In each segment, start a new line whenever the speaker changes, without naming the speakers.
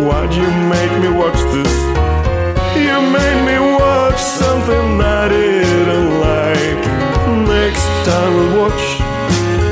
Why'd you make me watch this? You made me watch something I didn't like. Next time I'll watch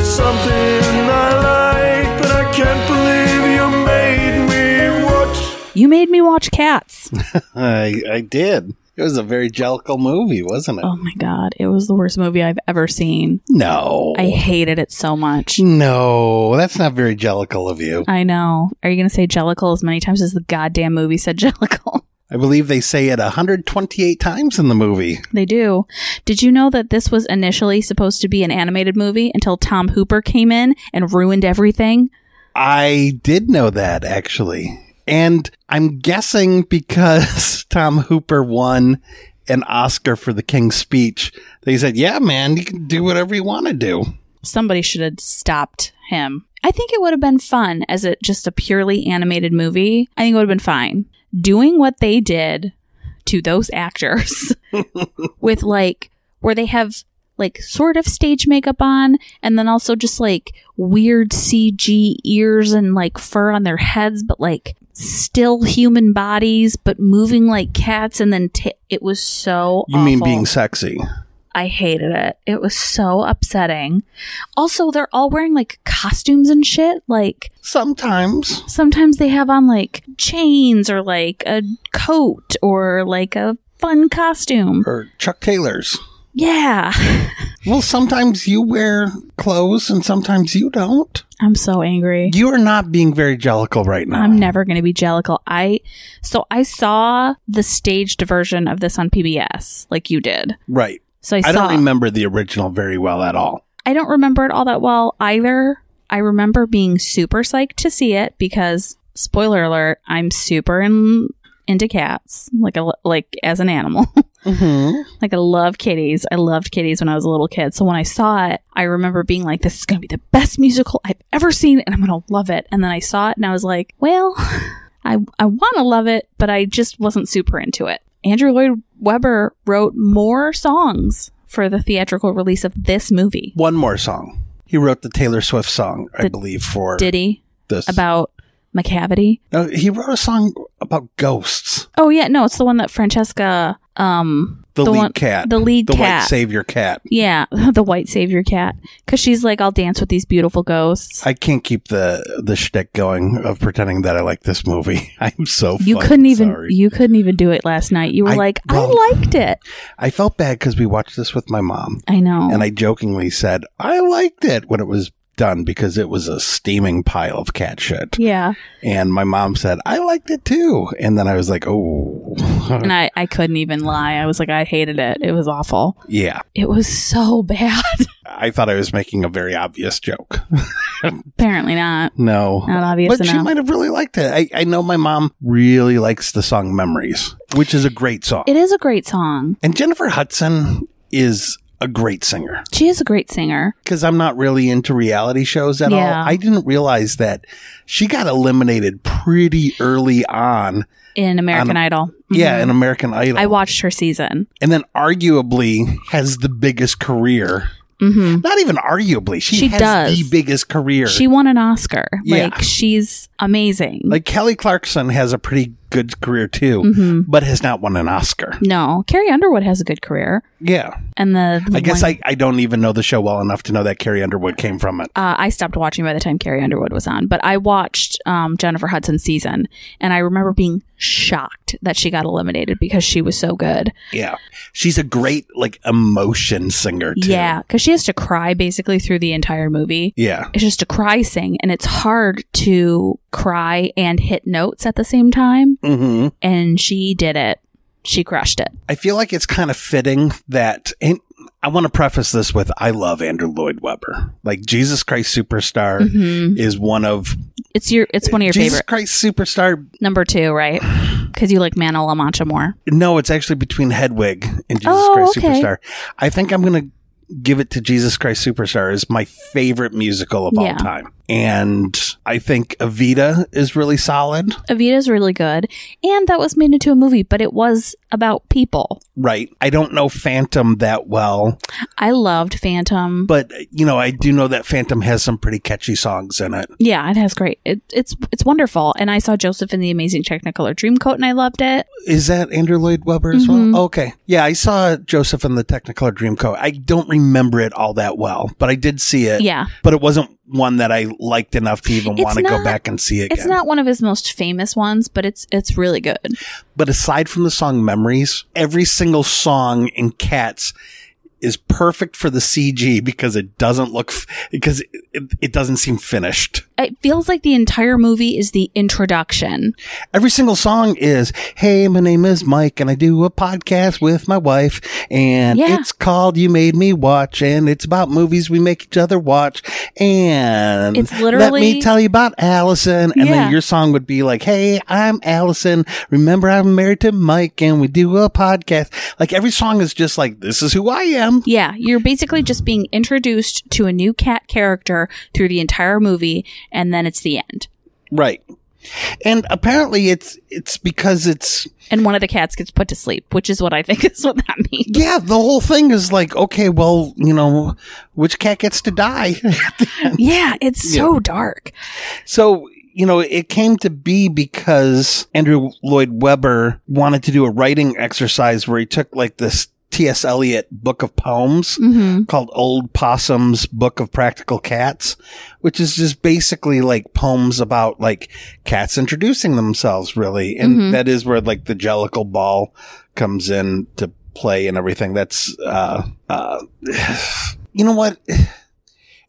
something I like, but I can't believe you made me watch.
You made me watch Cats.
I, I did. It was a very jellical movie, wasn't it?
Oh my god, it was the worst movie I've ever seen.
no.
I hated it so much.
no, that's not very jellical of you.
I know. Are you going to say Jellicle as many times as the goddamn movie said Jellicle?
I believe they say it 128 times in the movie.
They do. Did you know that this was initially supposed to be an animated movie until Tom Hooper came in and ruined everything?
I did know that, actually. And I'm guessing because Tom Hooper won an Oscar for The King's Speech, they said, yeah, man, you can do whatever you want to do.
Somebody should have stopped him. I think it would have been fun as it just a purely animated movie. I think it would have been fine. Doing what they did to those actors with like where they have like sort of stage makeup on and then also just like weird CG ears and like fur on their heads but like still human bodies but moving like cats and then t- it was so
You mean
awful.
being sexy?
I hated it. It was so upsetting. Also, they're all wearing like costumes and shit. Like
Sometimes.
sometimes they have on like chains or like a coat or like a fun costume.
Or Chuck Taylor's.
Yeah.
Well, sometimes you wear clothes and sometimes you don't.
I'm so angry.
You are not being very jellical right now.
I'm never going to be jellical. I so I saw the staged version of this on PBS like you did.
Right.
So I,
I
saw
don't remember the original very well at all.
I don't remember it all that well either. I remember being super psyched to see it because spoiler alert, I'm super in, into cats, like a, like as an animal.
Mm-hmm.
like I love kitties. I loved kitties when I was a little kid. So when I saw it, I remember being like this is going to be the best musical I've ever seen and I'm going to love it. And then I saw it and I was like, well, I I want to love it, but I just wasn't super into it. Andrew Lloyd Webber wrote more songs for the theatrical release of this movie.
One more song. He wrote the Taylor Swift song, I
Did-
believe, for
Diddy
this.
about McCavity.
No, he wrote a song about ghosts.
Oh yeah, no, it's the one that Francesca, um,
The, lead
one,
cat.
the lead
The
cat,
white savior cat.
yeah, the white savior cat, because she's like, I'll dance with these beautiful ghosts.
I can't keep the the shtick going of pretending that I like this movie. I'm so
you
fucking
couldn't even,
sorry.
you couldn't even do it last night. You were
I-
like,
well-
I liked it.
I felt bad because we watched this with my mom,
I know.
and I jokingly said I liked it when it was done because it was a steaming pile of cat shit.
yeah,
And my mom said I liked it too, and then I was like, oh,
and I, I couldn't even lie. I was like, I hated it. It was awful.
yeah.
It was so bad.
I thought I was making a very obvious joke.
Apparently not.
No.
Not obvious
But she
enough.
might have really liked it. I, I know my mom really likes the song Memories, which is a great song.
It is a great song.
and Jennifer Hudson is a great singer
She is a great singer.
because I'm not really into reality shows at
Yeah.
all. I didn't realize that she got eliminated pretty early on.
In American Idol,
Yeah,
Mhm.
in American Idol.
I watched her season.
and then arguably has the biggest career.
hmm
Not even arguably. She,
She
has
does.
the biggest career.
She won an Oscar.
Yeah.
Like she's amazing.
Like Kelly Clarkson has a pretty good career too,
Mm-hmm.
but has not won an Oscar.
no, Carrie Underwood has a good career,
Yeah.
and the,
I guess
one-
I, I don't even know the show well enough to know that Carrie Underwood came from it.
uh, I stopped watching by the time Carrie Underwood was on, but I watched um, Jennifer Hudson's season, and I remember being shocked that she got eliminated because she was so good.
Yeah. She's a great like emotion singer too.
Yeah, because she has to cry basically through the entire movie.
Yeah.
It's just a cry sing, and it's hard to cry and hit notes at the same time.
hmm
And she did it. She crushed it.
I feel like it's kind of fitting that and I want to preface this with I love Andrew Lloyd Webber. Like Jesus Christ Superstar is one of
It's your. It's one of Mm-hmm. your
Jesus
favorite
Christ Superstar.
number two, right? Because you like Mano La Mancha more.
No, it's actually between Hedwig and Jesus
Oh,
Christ
okay.
Superstar. I think I'm going to give it to Jesus Christ Superstar is my favorite musical of
Yeah.
all time. And I think Evita is really solid,
Evita's really good, and that was made into a movie, but it was about people.
right? I don't know Phantom that well,
I loved Phantom.
but you know, I do know that Phantom has some pretty catchy songs in it.
yeah, it has great. It, it's it's wonderful. And I saw Joseph in the Amazing Technicolor Dreamcoat, and I loved it.
Is that Andrew Lloyd Webber as
Mhm.
well? Okay. Yeah, I saw Joseph in the Technicolor Dreamcoat. I don't remember it all that well, but I did see it.
Yeah,
But it wasn't one that I liked enough to even
It's
want to go
not-
back and see again.
it's not one of his most famous ones, but it's it's really good.
but aside from the song Memories, every single song in Cats is perfect for the CG because it doesn't look, f- because it, it, it doesn't seem finished.
It feels like the entire movie is the introduction.
Every single song is, Hey, my name is Mike and I do a podcast with my wife and
Yeah.
it's called You Made Me Watch and it's about movies we make each other watch and
It's
let
literally-
me tell you about Allison. And
Yeah.
then your song would be like, Hey, I'm Allison. Remember I'm married to Mike and we do a podcast. Like every song is just like, this is who I am.
Yeah, you're basically just being introduced to a new cat character through the entire movie, and then it's the end.
Right. And apparently it's, it's because it's,
And one of the cats gets put to sleep, which is what I think is what that means.
Yeah, the whole thing is like, okay, well, you know, which cat gets to die?
Yeah, it's so dark.
so, you know, it came to be because Andrew Lloyd Webber wanted to do a writing exercise where he took like this T.S. Eliot book of poems
Mm-hmm.
called Old Possum's Book of Practical Cats, which is just basically like poems about like cats introducing themselves, really. And
Mhm.
that is where like the Jellicle Ball comes in to play and everything. That's, uh, uh, you know what?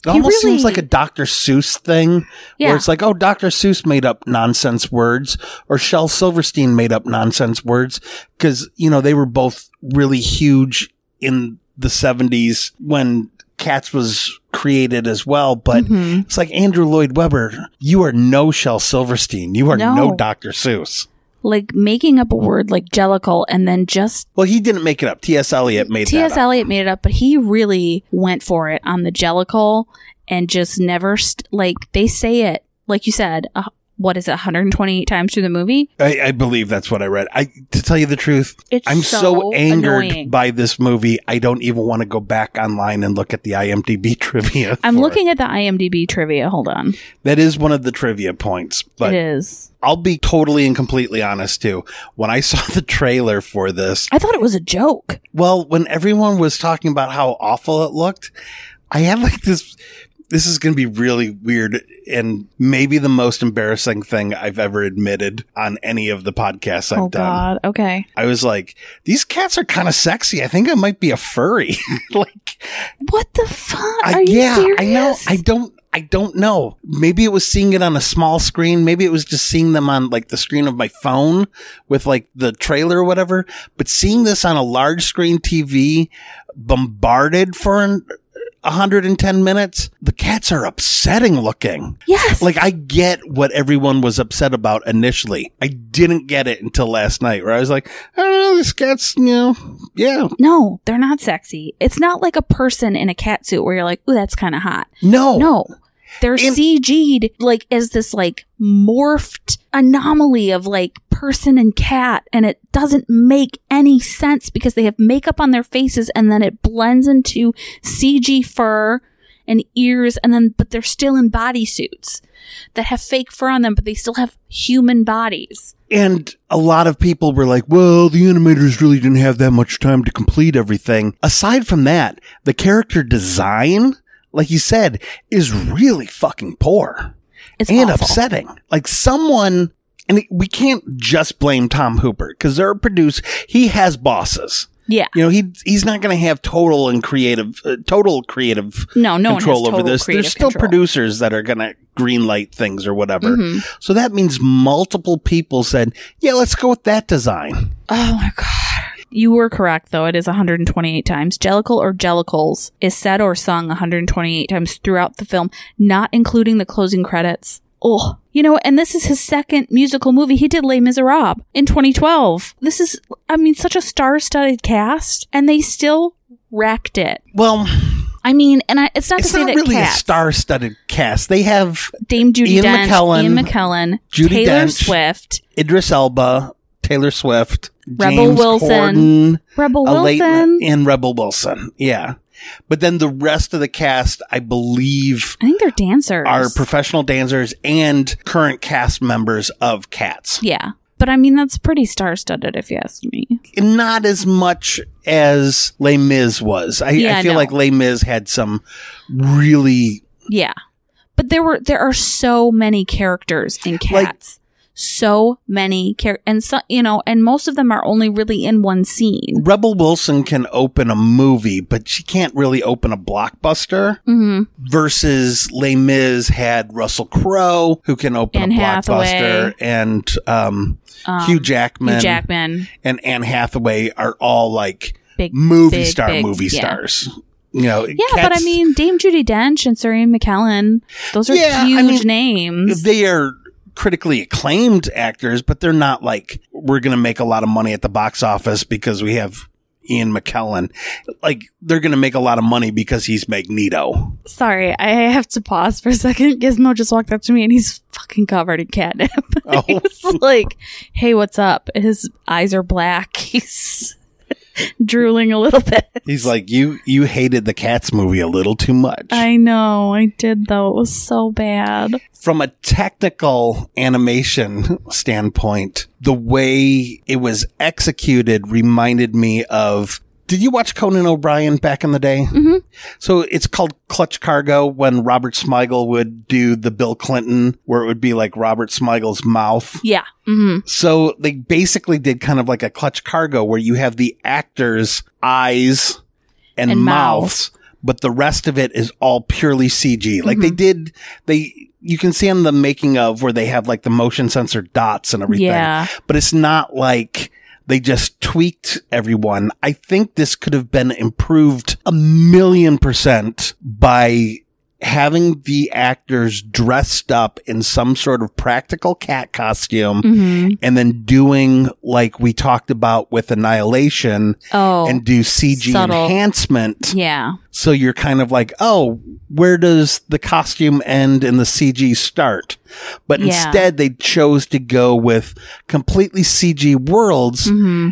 It almost
really-
seems like a Dr. Seuss thing
Yeah.
where it's like, oh, Dr. Seuss made up nonsense words or Shel Silverstein made up nonsense words because, you know, they were both really huge in the 70s when Cats was created as well. But
Mhm.
it's like Andrew Lloyd Webber, you are no Shel Silverstein. You are
No.
no, Dr. Seuss.
like making up a word like jellicle and then just
Well, he didn't make it up. T.S. Eliot made
T.S.
that up.
Eliot made it up, but he really went for it on the jellicle and just never st- like they say it like you said. Uh, what is it? 128 times through the movie.
I, I believe that's what I read. I, to tell you the truth,
It's
I'm so, angered
annoying.
by this movie. I don't even want to go back online and look at the IMDb trivia.
I'm
for it.
looking at the IMDb trivia. Hold on,
That is one of the trivia points,
it
but
is.
I'll be totally and completely honest too. When I saw the trailer for this,
I thought it was a joke.
well, when everyone was talking about how awful it looked, I had like this this is going to be really weird and maybe the most embarrassing thing I've ever admitted on any of the podcasts I've
oh
done.
God. Okay.
I was like, these cats are kind of sexy. I think I might be a furry. like
What the fuck?
I,
Are you
yeah,
serious?
I know. I don't. I don't know. Maybe it was seeing it on a small screen. Maybe it was just seeing them on like the screen of my phone with like the trailer or whatever. But seeing this on a large screen TV, bombarded for an, 110 minutes, the cats are upsetting looking.
yes.
Like I get what everyone was upset about initially. I didn't get it until last night where I was like, I don't know, this cat's, you know, yeah.
no, they're not sexy. It's not like a person in a cat suit where you're like, ooh, that's kind of hot.
No.
No. They're
And-
CG'd like as this like morphed anomaly of like person and cat and it doesn't make any sense because they have makeup on their faces and then it blends into CG fur and ears and then but they're still in bodysuits that have fake fur on them but they still have human bodies.
And a lot of people were like, well, the animators really didn't have that much time to complete everything. Aside from that, the character design, like you said, is really fucking poor
It's
and
awful.
upsetting. Like someone, and it- we can't just blame Tom Hooper because they're a producer. He has bosses.
Yeah.
You know, he he's not going to have total and creative, uh, total creative
No, no
control
one has
over
total
this.
creative
There's still
control.
producers that are going to greenlight things or whatever.
Mhm.
So that means multiple people said, "Yeah, let's go with that design."
Oh my god. You were correct though. It is 128 times. Jellicle or Jellicles is said or sung 128 times throughout the film, not including the closing credits. Oh, you know, and this is his second musical movie. He did Les Miserables in 2012. This is, I mean, such a star-studded cast, and they still wrecked it.
Well,
I mean, and I, it's not
it's
to say
not
that
really
cats,
a star-studded cast. They have
Dame Judy
Ian
Dench,
McKellen,
Ian McKellen,
Judi
Taylor
Dench,
Swift,
Idris Elba, Taylor Swift,
Rebel
James
Wilson,
Corden,
Rebel
a late-
Wilson.
and Rebel Wilson. Yeah, but then the rest of the cast, I believe,
I think they're dancers.
are professional dancers and current cast members of Cats.
Yeah. But I mean, that's pretty star studded, if you ask me.
not as much as Les Mis was. I,
Yeah,
I feel
no.
like Les Mis had some really
Yeah. But there were, there are so many characters in
Like-
cats. so many characters. And so, you know, and most of them are only really in one scene.
Rebel Wilson can open a movie, but she can't really open a blockbuster.
Mm-hmm.
Versus Les Mis had Russell Crowe, who can open
Anne
a blockbuster,
Hathaway.
and um,
Um,
Hugh Jackman
Hugh Jackman.
and Anne Hathaway are all like
Big
movie
big,
star
big-
movie
yeah.
stars. You know,
Yeah, but I mean, Dame Judy Dench and Sir Ian McKellen, those are
Yeah, I
huge
mean,
names.
they are critically acclaimed actors, but they're not like we're going to make a lot of money at the box office because we have Ian McKellen. Like they're going to make a lot of money because he's Magneto.
Sorry, I have to pause for a second. Gizmo just walked up to me and he's fucking covered in catnip.
Oh.
He's like, hey, what's up? His eyes are black. He's drooling a little bit.
He's like you. You hated the Cats movie a little too much.
I know, I did though. It was so bad.
From a technical animation standpoint, the way it was executed reminded me of. Did you watch Conan O'Brien back in the day?
Mm-hmm.
So it's called Clutch Cargo when Robert Smigel would do the Bill Clinton, where it would be like Robert Smigel's mouth.
Yeah. hmm
So they basically did kind of like a Clutch Cargo where you have the actors' eyes and,
And
mouths, but the rest of it is all purely CG. Like they did, they, you can see on the making of where they have like the motion sensor dots and everything
Yeah.
but it's not like they just tweaked everyone. I think this could have been improved a million percent by having the actors dressed up in some sort of practical cat costume
hmm
and then doing like we talked about with Annihilation
Oh.
and do CG
subtle.
enhancement.
yeah.
So you're kind of like, oh, where does the costume end and the CG start? But
Yeah.
instead, they chose to go with completely CG worlds,
hmm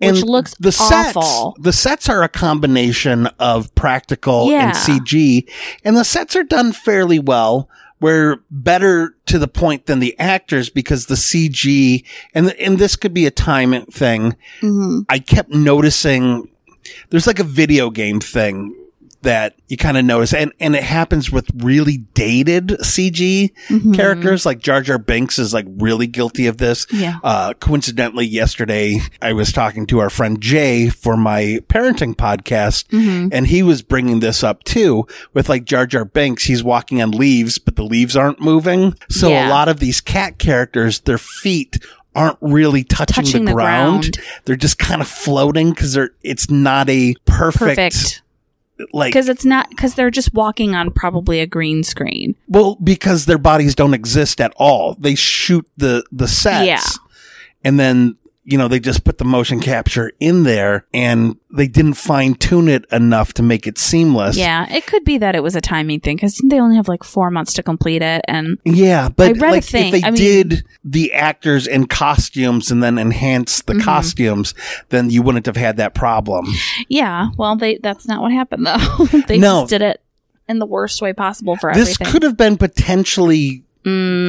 and
Which looks
the
awful.
sets. The sets are a combination of practical
Yeah.
and CG, and the sets are done fairly well. Where better to the point than the actors because the CG and and this could be a time thing.
hmm
I kept noticing there's like a video game thing that you kind of notice and and it happens with really dated CG
Mhm.
characters like Jar Jar Binks is like really guilty of this.
Yeah.
Uh, coincidentally, yesterday I was talking to our friend Jay for my parenting podcast,
Mhm.
and he was bringing this up too with like Jar Jar Binks. He's walking on leaves, but the leaves aren't moving. So a
Yeah.
lot of these cat characters, their feet aren't really touching,
Touching
the,
the
ground.
ground.
They're just kind of floating because they're it's not a perfect,
Perfect.
like
Because it's not, because they're just walking on probably a green screen.
Well, because their bodies don't exist at all. They shoot the the sets.
Yeah.
And then, you know, they just put the motion capture in there and they didn't fine tune it enough to make it seamless.
Yeah. It could be that it was a timing thing because they only have like four months to complete it. And
Yeah,
I
but
read a
like
thing.
if they
I mean-
did the actors in costumes and then enhance the
Mm-hmm.
costumes, then you wouldn't have had that problem.
yeah, well, they that's not what happened though. they
No.
just did it in the worst way possible for
This
everything. Mm.
could have been potentially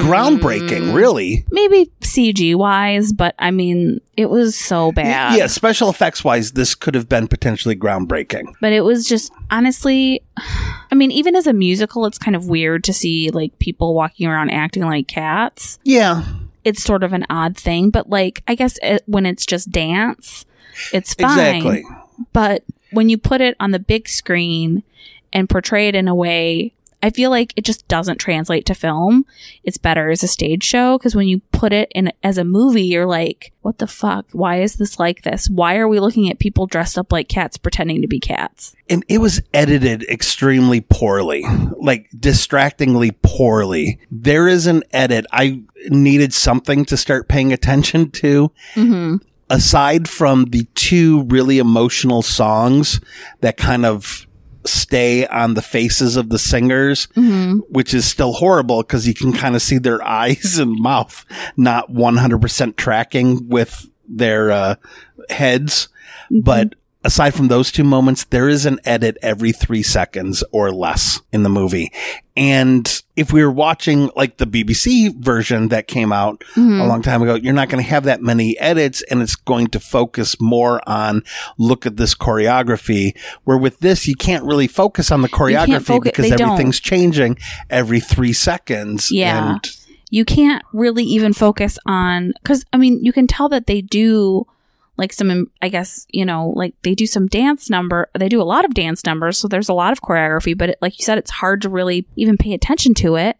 groundbreaking, really.
Maybe CG wise, but I mean, it was so bad.
Yeah, special effects wise, this could have been potentially groundbreaking.
But it was just honestly, I mean, even as a musical, it's kind of weird to see like people walking around acting like cats.
Yeah.
It's sort of an odd thing, but like, I guess it, when it's just dance, it's fine.
Exactly.
But when you put it on the big screen and portray it in a way, I feel like it just doesn't translate to film. It's better as a stage show because when you put it in as a movie, you're like, what the fuck? Why is this like this? Why are we looking at people dressed up like cats pretending to be cats?
and it was edited extremely poorly, like distractingly poorly. There is an edit. I needed something to start paying attention to. Aside from the two really emotional songs that kind of stay on the faces of the singers, which is still horrible because you can kind of see their eyes and mouth not 100% tracking with their uh, heads.
Mm-hmm.
But aside from those two moments, there is an edit every three seconds or less in the movie. And if we were watching like the BBC version that came out
Mm-hmm.
a long time ago, you're not going to have that many edits and it's going to focus more on look at this choreography. Where with this, you can't really focus on the choreography
focu-
because
they don't.
everything's changing every three seconds.
Yeah.
And
You can't really even focus on, because I mean, you can tell that they do like some, I guess, you know, like they do some dance number, they do a lot of dance numbers. So there's a lot of choreography, but it, like you said, it's hard to really even pay attention to it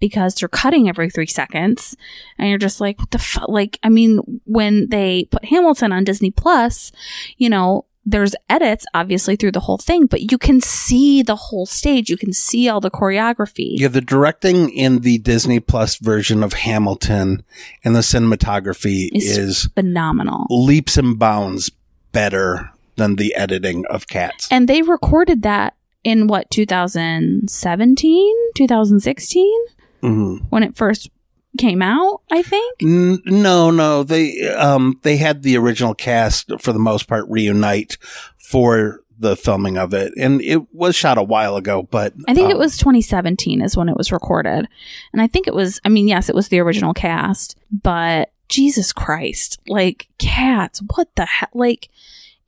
because they're cutting every three seconds. And you're just like, what the fuck? Like, I mean, when they put Hamilton on Disney Plus, you know, there's edits obviously through the whole thing, but you can see the whole stage. You can see all the choreography.
Yeah, the directing in the Disney Plus version of Hamilton and the cinematography
It's-
is
Phenomenal.
leaps and bounds better than the editing of Cats.
And they recorded that in what 2017, 2016
Mhm.
when it first came out, I think.
N- no, no, they um they had the original cast for the most part reunite for the filming of it, and it was shot a while ago. But
I think it
um,
was 2017 is when it was recorded. And I think it was I mean, yes, it was the original cast, but Jesus Christ. Like cats, what the heck? Like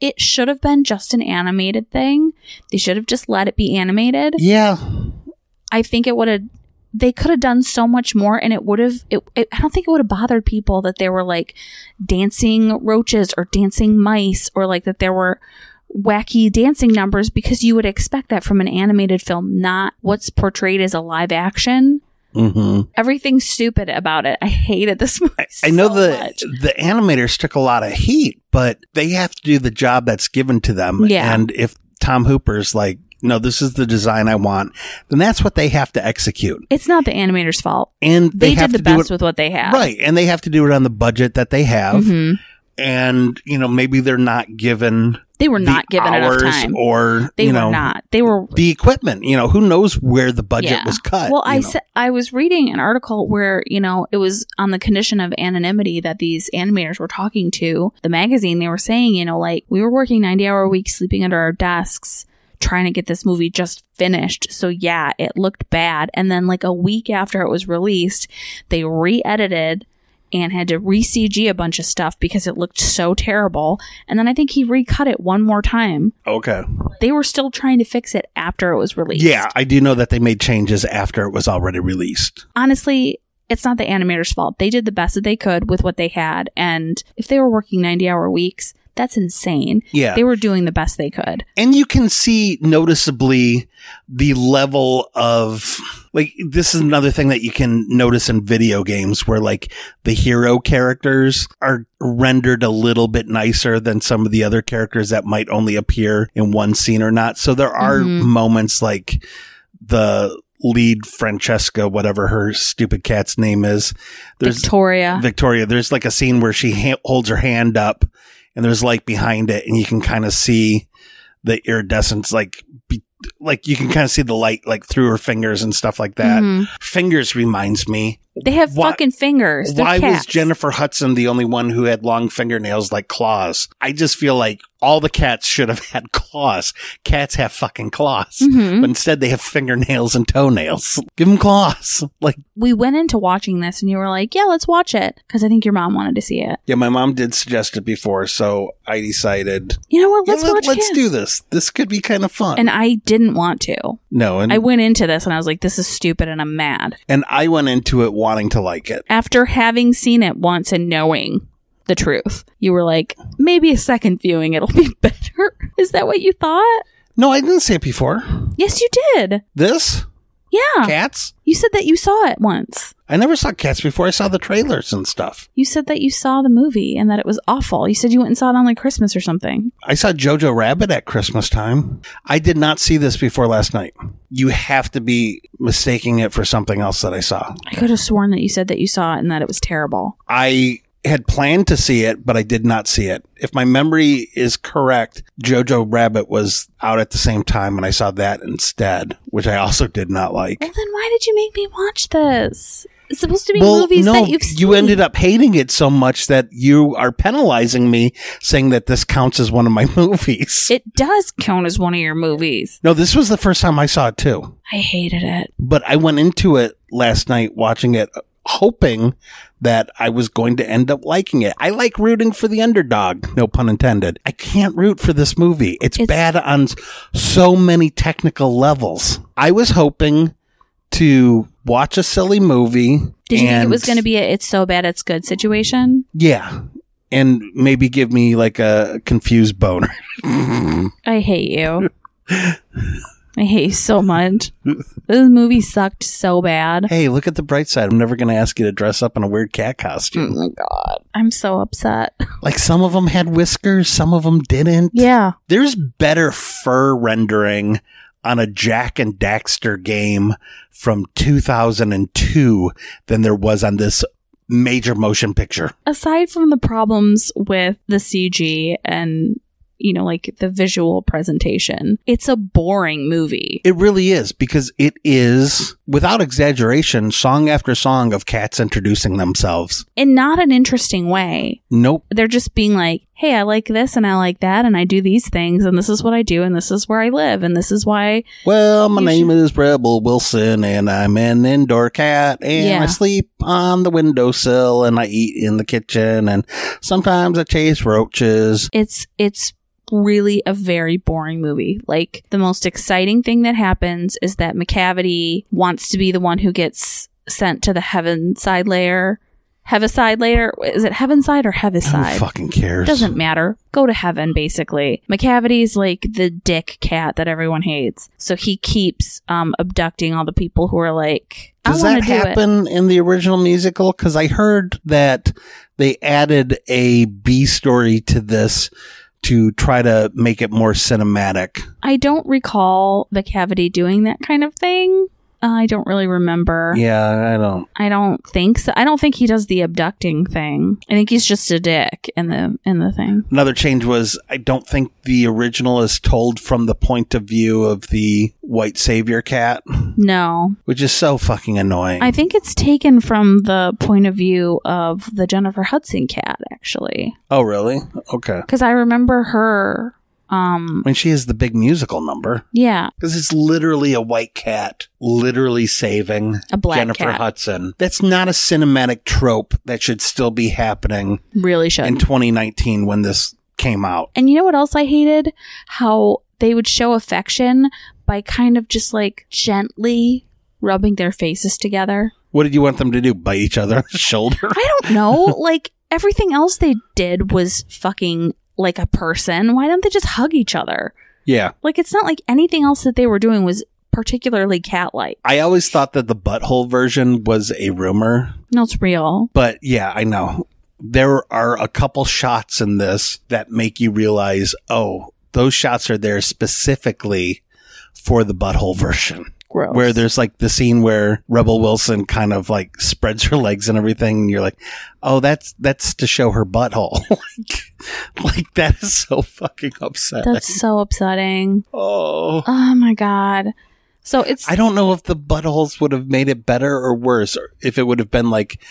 it should have been just an animated thing. They should have just let it be animated.
Yeah,
I think it would have they could have done so much more and it would have it, it I don't think it would have bothered people that there were like dancing roaches or dancing mice or like that there were wacky dancing numbers because you would expect that from an animated film not what's portrayed as a live action.
hmm
Everything's stupid about it. I hated this movie.
I know
so
the
much.
the animators took a lot of heat, but they have to do the job that's given to them.
Yeah.
And if Tom Hooper's like, no, this is the design I want, then that's what they have to execute.
It's not the animator's fault.
And they,
They,
have
did the
to do
best
it
with what they had.
right, and they have to do it on the budget that they have.
Mhm.
And you know, maybe they're not given
They were
the
not given
hours
enough time.
or
They
you
were
know
not. They were
the equipment. You know, who knows where the budget
Yeah.
was cut?
Well,
you
I
know?
said I was reading an article where you know it was on the condition of anonymity that these animators were talking to the magazine. They were saying, you know, like we were working ninety-hour weeks, sleeping under our desks, trying to get this movie just finished. So yeah, it looked bad. And then like a week after it was released, they re-edited. And had to re CG a bunch of stuff because it looked so terrible. And then I think he recut it one more time.
okay.
They were still trying to fix it after it was released.
Yeah, I do know that they made changes after it was already released.
honestly, it's not the animator's fault. They did the best that they could with what they had. And if they were working 90 hour weeks, that's insane.
Yeah.
They were doing the best they could.
and you can see noticeably the level of like this is another thing that you can notice in video games where like the hero characters are rendered a little bit nicer than some of the other characters that might only appear in one scene or not so there are
Mhm.
moments like the lead francesca whatever her stupid cat's name is there's
Victoria.
Victoria, there's like a scene where she ha- holds her hand up and there's light behind it and you can kind of see the iridescence like be- like you can kind of see the light like through her fingers and stuff like that.
Mhm.
Fingers reminds me
They have
Why-
fucking fingers. They're
Why was
cats.
Jennifer Hudson the only one who had long fingernails like claws? I just feel like all the cats should have had claws. Cats have fucking claws.
Mhm.
But instead, they have fingernails and toenails. Give them claws. Like,
We went into watching this, and you were like, "Yeah, let's watch it," because I think your mom wanted to see it.
yeah, my mom did suggest it before, so I decided,
You know what?
yeah,
Let's
let-
watch.
let's
Cats.
do this. This could be kind of fun.
And I didn't want to.
no, and
I went into this, and I was like, "This is stupid," and I'm mad.
and I went into it wanting to like it.
After having seen it once and knowing the truth, you were like, "Maybe a second viewing, it'll be better." is that what you thought?
No, I didn't see it before.
Yes, you did.
This
Yeah,
cats.
you said that you saw it once.
I never saw cats before. I saw the trailers and stuff.
You said that you saw the movie and that it was awful. You said you went and saw it on like Christmas or something.
I saw Jojo Rabbit at Christmas time. I did not see this before last night. You have to be mistaking it for something else that I saw.
I could have sworn that you said that you saw it and that it was terrible.
I had planned to see it, but I did not see it. If my memory is correct, Jojo Rabbit was out at the same time and I saw that instead, which I also did not
Well,
like.
then why did you make me watch this? It's supposed to be
Well,
movies
no,
that you've seen.
you ended up hating it so much that you are penalizing me saying that this counts as one of my movies.
It does count as one of your movies.
no, this was the first time I saw it too.
I hated it.
but I went into it last night watching it hoping that I was going to end up liking it. I like rooting for the underdog, no pun intended. I can't root for this movie. It's,
It's-
bad on s- so many technical levels. I was hoping to watch a silly movie.
Did you think it
and-
was going to be a it's so bad it's good situation?
Yeah. And maybe give me like a confused boner.
I hate you. I hate you so much. this movie sucked so bad.
hey, look at the bright side. I'm never going to ask you to dress up in a weird cat costume.
Oh my god. I'm so upset.
Like some of them had whiskers, some of them didn't.
Yeah.
there's better fur rendering on a Jack and Daxter game from 2002 than there was on this major motion picture.
aside from the problems with the CG and you know like the visual presentation, it's a boring movie.
It really is because it is, without exaggeration, song after song of cats introducing themselves.
In not an interesting way.
Nope.
They're just being like, "Hey, I like this and I like that and I do these things and this is what I do and this is where I live and this is why
Well, my
You
name is Rebel Wilson and I'm an indoor cat and
Yeah.
I sleep on the windowsill and I eat in the kitchen and sometimes I chase roaches.
it's it's really a very boring movie. Like the most exciting thing that happens is that McCavity wants to be the one who gets sent to the heaven side layer. Heaviside layer? Is it heaven side or
Who
heaviside?
fucking cares?
Doesn't matter. Go to heaven, basically. McCavity's like the dick cat that everyone hates. So he keeps um, abducting all the people who are like, I
Does
want to
that
do it.
happen in the original musical? Because I heard that they added a B story to this to try to make it more cinematic.
I don't recall McCavity doing that kind of thing. Uh, I don't really remember.
Yeah, I don't.
I don't think so. I don't think he does the abducting thing. I think he's just a dick in the in the thing.
Another change was I don't think the original is told from the point of view of the white savior cat,
No,
which is so fucking annoying.
I think it's taken from the point of view of the Jennifer Hudson cat, actually,
oh, really? Okay.
because I remember her. Um,
I mean, she is the big musical number
yeah,
because it's literally a white cat, literally saving
a black
Jennifer
cat
Hudson. That's not a cinematic trope that should still be happening
really should.
in
And,
2019 when this came out.
you know what else I hated? How they would show affection by kind of just like gently rubbing their faces together.
What did you want them to do? Bite each other on the shoulder?
I don't know. like everything else they did was fucking like a person. Why don't they just hug each other?
yeah.
Like it's not like anything else that they were doing was particularly cat like.
I always thought that the butthole version was a rumor,
No, it's real.
but yeah, I know. There are a couple shots in this that make you realize, oh, those shots are there specifically for the butthole version.
Gross.
where there's like the scene where Rebel Wilson kind of like spreads her legs and everything, and you're like, oh, that's that's to show her butthole. like, like that is so fucking upsetting.
That's so upsetting.
oh,
Oh my god. So it's
I don't know if the buttholes would have made it better or worse, or if it would have been like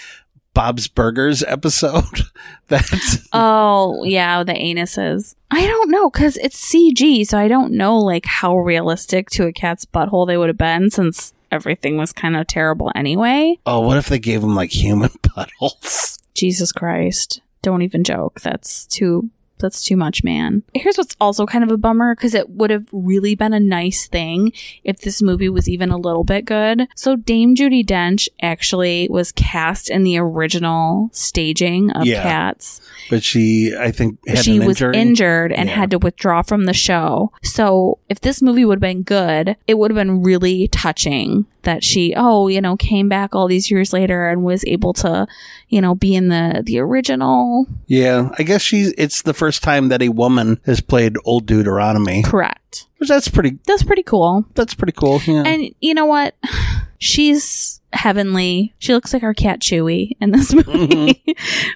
Bob's Burgers episode. That's
Oh, yeah, the anuses. I don't know because it's CG, so I don't know like how realistic to a cat's butthole they would have been since everything was kind of terrible anyway.
oh, what if they gave him like human buttholes?
Jesus Christ. Don't even joke. That's too that's too much, man. Here's what's also kind of a bummer cuz it would have really been a nice thing if this movie was even a little bit good. So Dame Judy Dench actually was cast in the original staging of
Yeah.
Cats.
But she, I think, had
she
an
was
injury.
injured and
Yeah.
had to withdraw from the show. So if this movie would have been good, it would have been really touching that she, oh, you know, came back all these years later and was able to, you know, be in the the original.
yeah, I guess she's. It's the first time that a woman has played Old Deuteronomy,
Correct.
which that's pretty.
That's pretty cool.
That's pretty cool. Yeah.
And you know what? She's heavenly. She looks like our cat Chewy in this movie,
Mm-hmm.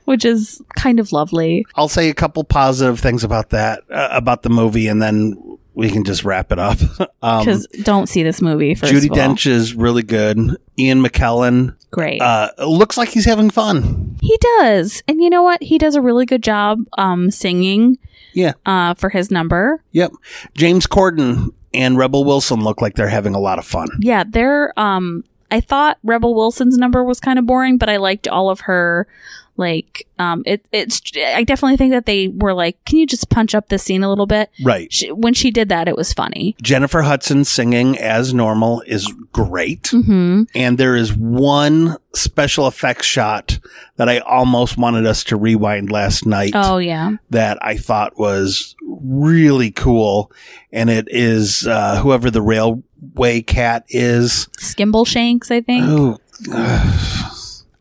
which is kind of lovely.
I'll say a couple positive things about that uh, about the movie, and then we can just wrap it up. Um,
Because don't see this movie first.
Judy
of all.
Dench is really good. Ian McKellen
Great.
uh, looks like he's having fun.
He does. And you know what? He does a really good job um singing
Yeah.
uh for his number.
Yep. James Corden and Rebel Wilson look like they're having a lot of fun.
Yeah, they're um I thought Rebel Wilson's number was kind of boring, but I liked all of her like um it it's I definitely think that they were like, "Can you just punch up this scene a little bit?"
Right.
She, when she did that, it was funny.
Jennifer Hudson singing as normal is great.
Mhm.
And there is one special effects shot that I almost wanted us to rewind last night
Oh yeah.
that I thought was really cool. And it is uh, whoever the railway cat is.
Skimble Shanks, I think.
Oh,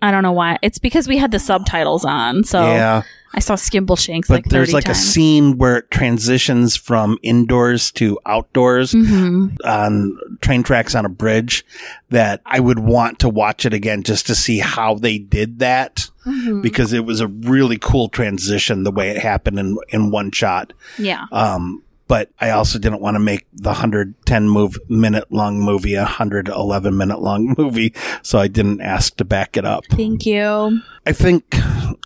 I don't know why. It's because we had the subtitles on, so
yeah.
I saw Skimble Shanks
But
like 30
there's like
times.
a scene where it transitions from indoors to outdoors.
Mhm.
on train tracks on a bridge that I would want to watch it again just to see how they did that
Mm-hmm.
because it was a really cool transition the way it happened in in one shot.
Yeah.
Um, but I also didn't want to make the 110 move minute long movie a 111 minute long movie, so I didn't ask to back it up.
Thank you.
I think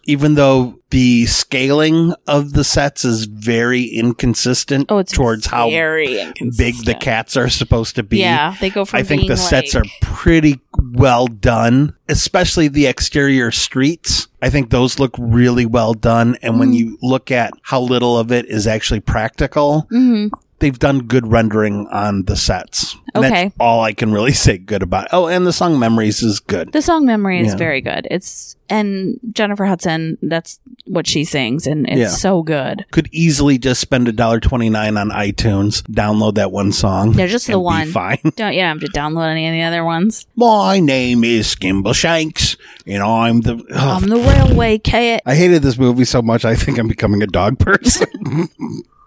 even though the scaling of the sets is very inconsistent
Oh, it's
towards how
very
big the
inconsistent.
cats are supposed to be.
Yeah, they go from.
I think
being
the
like,
sets are pretty well done, especially the exterior streets. I think those look really well done. And when
Mm-hmm.
you look at how little of it is actually practical,
Mhm.
they've done good rendering on the sets. And that's
Okay.
all I can really say good about. Oh, and the song Memories is good.
The song "Memory" is
Yeah.
very good. It's and Jennifer Hudson. That's what she sings, and it's
Yeah.
so good.
Could easily just spend $1.29 on iTunes, download that one song.
Yeah, just the
and be
one.
fine.
Don't you don't have to download any of the other ones?
My name is Skimble Shanks, and I'm the. oh,
I'm the railway cat.
I hated this movie so much, I think I'm becoming a dog person.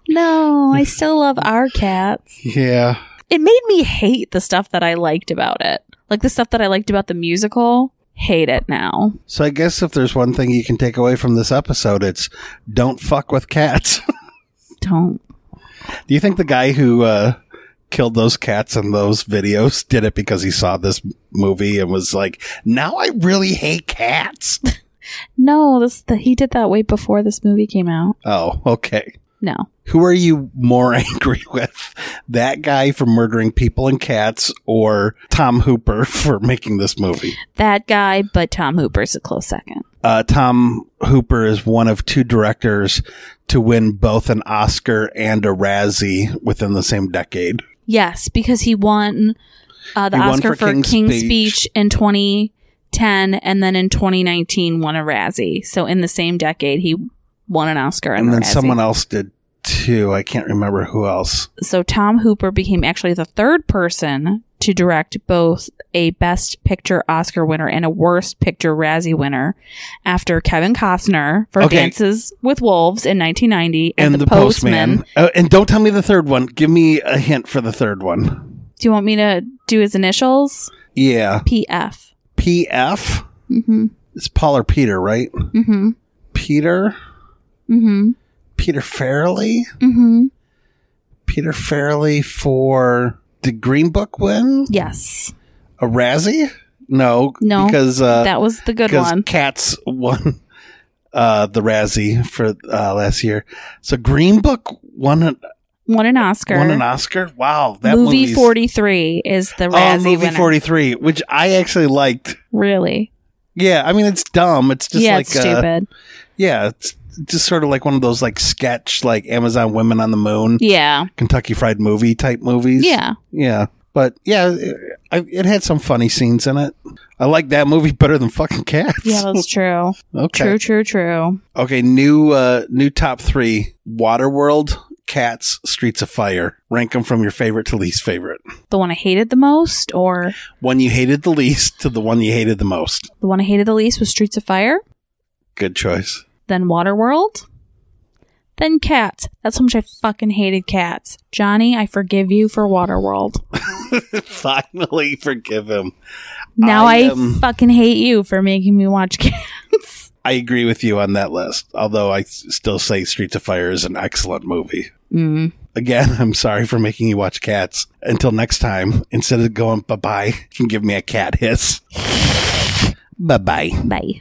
No, I still love our cats.
yeah.
It made me hate the stuff that I liked about it, like the stuff that I liked about the musical. Hate it now.
So I guess if there's one thing you can take away from this episode, it's don't fuck with cats.
Don't.
Do you think the guy who uh, killed those cats in those videos did it because he saw this movie and was like, now I really hate cats?
No, this the, he did that way before this movie came out.
oh, okay.
No.
Who are you more angry with? That guy for murdering people and cats or Tom Hooper for making this movie?
That guy, but Tom Hooper's a close second.
uh, Tom Hooper is one of two directors to win both an Oscar and a Razzie within the same decade.
Yes, because he won uh, the
He won
Oscar for,
for King's
King's,
Speech.
Speech. in 2010, and then in 2019 won a Razzie. So in the same decade, he won an Oscar and,
And
a
then
Razzie.
someone else did too. I can't remember who else.
So Tom Hooper became actually the third person to direct both a Best Picture Oscar winner and a Worst Picture Razzie winner after Kevin Costner for
Okay.
Dances with Wolves in 1990 and, the, Postman.
Oh, and don't tell me the third one. Give me a hint for the third one.
Do you want me to do his initials?
Yeah.
PF.
PF.
Mm-hmm.
It's Paul or Peter, right?
Mm-hmm.
Peter.
Mm-hmm.
Peter Farrelly.
Mm-hmm.
Peter Farrelly for did Green Book win
Yes.
a Razzie? No,
No.
because uh,
that was the good
because
one.
Cats won uh, the Razzie for uh, last year. So Green Book won an,
Won an Oscar.
won an Oscar. Wow, that
movie
movie's-
43 is the
Oh,
Razzie
movie
winner.
forty three, which I actually liked.
Really?
Yeah, I mean it's dumb. It's just
yeah,
like
it's
uh,
stupid.
yeah, it's just sort of like one of those like sketch like Amazon Women on the Moon,
Yeah.
Kentucky Fried Movie type movies.
Yeah.
yeah, but yeah, it, I- it had some funny scenes in it. I like that movie better than fucking Cats.
Yeah, that's true.
okay.
True, true, true.
Okay, new uh new top three: Waterworld, Cats, Streets of Fire. Rank them from your favorite to least favorite.
The one I hated the most or
One you hated the least to the one you hated the most.
the one I hated the least was Streets of Fire,
Good choice.
then Waterworld, then Cats. That's how much I fucking hated Cats. Johnny, I forgive you for Waterworld.
Finally, forgive him.
Now
I,
I,
um,
fucking hate you for making me watch Cats.
I agree with you on that list. Although I s- still say Streets of Fire is an excellent movie.
Mm.
Again, I'm sorry for making you watch Cats. Until next time, instead of going bye bye, you can give me a cat hiss. bye bye.
Bye.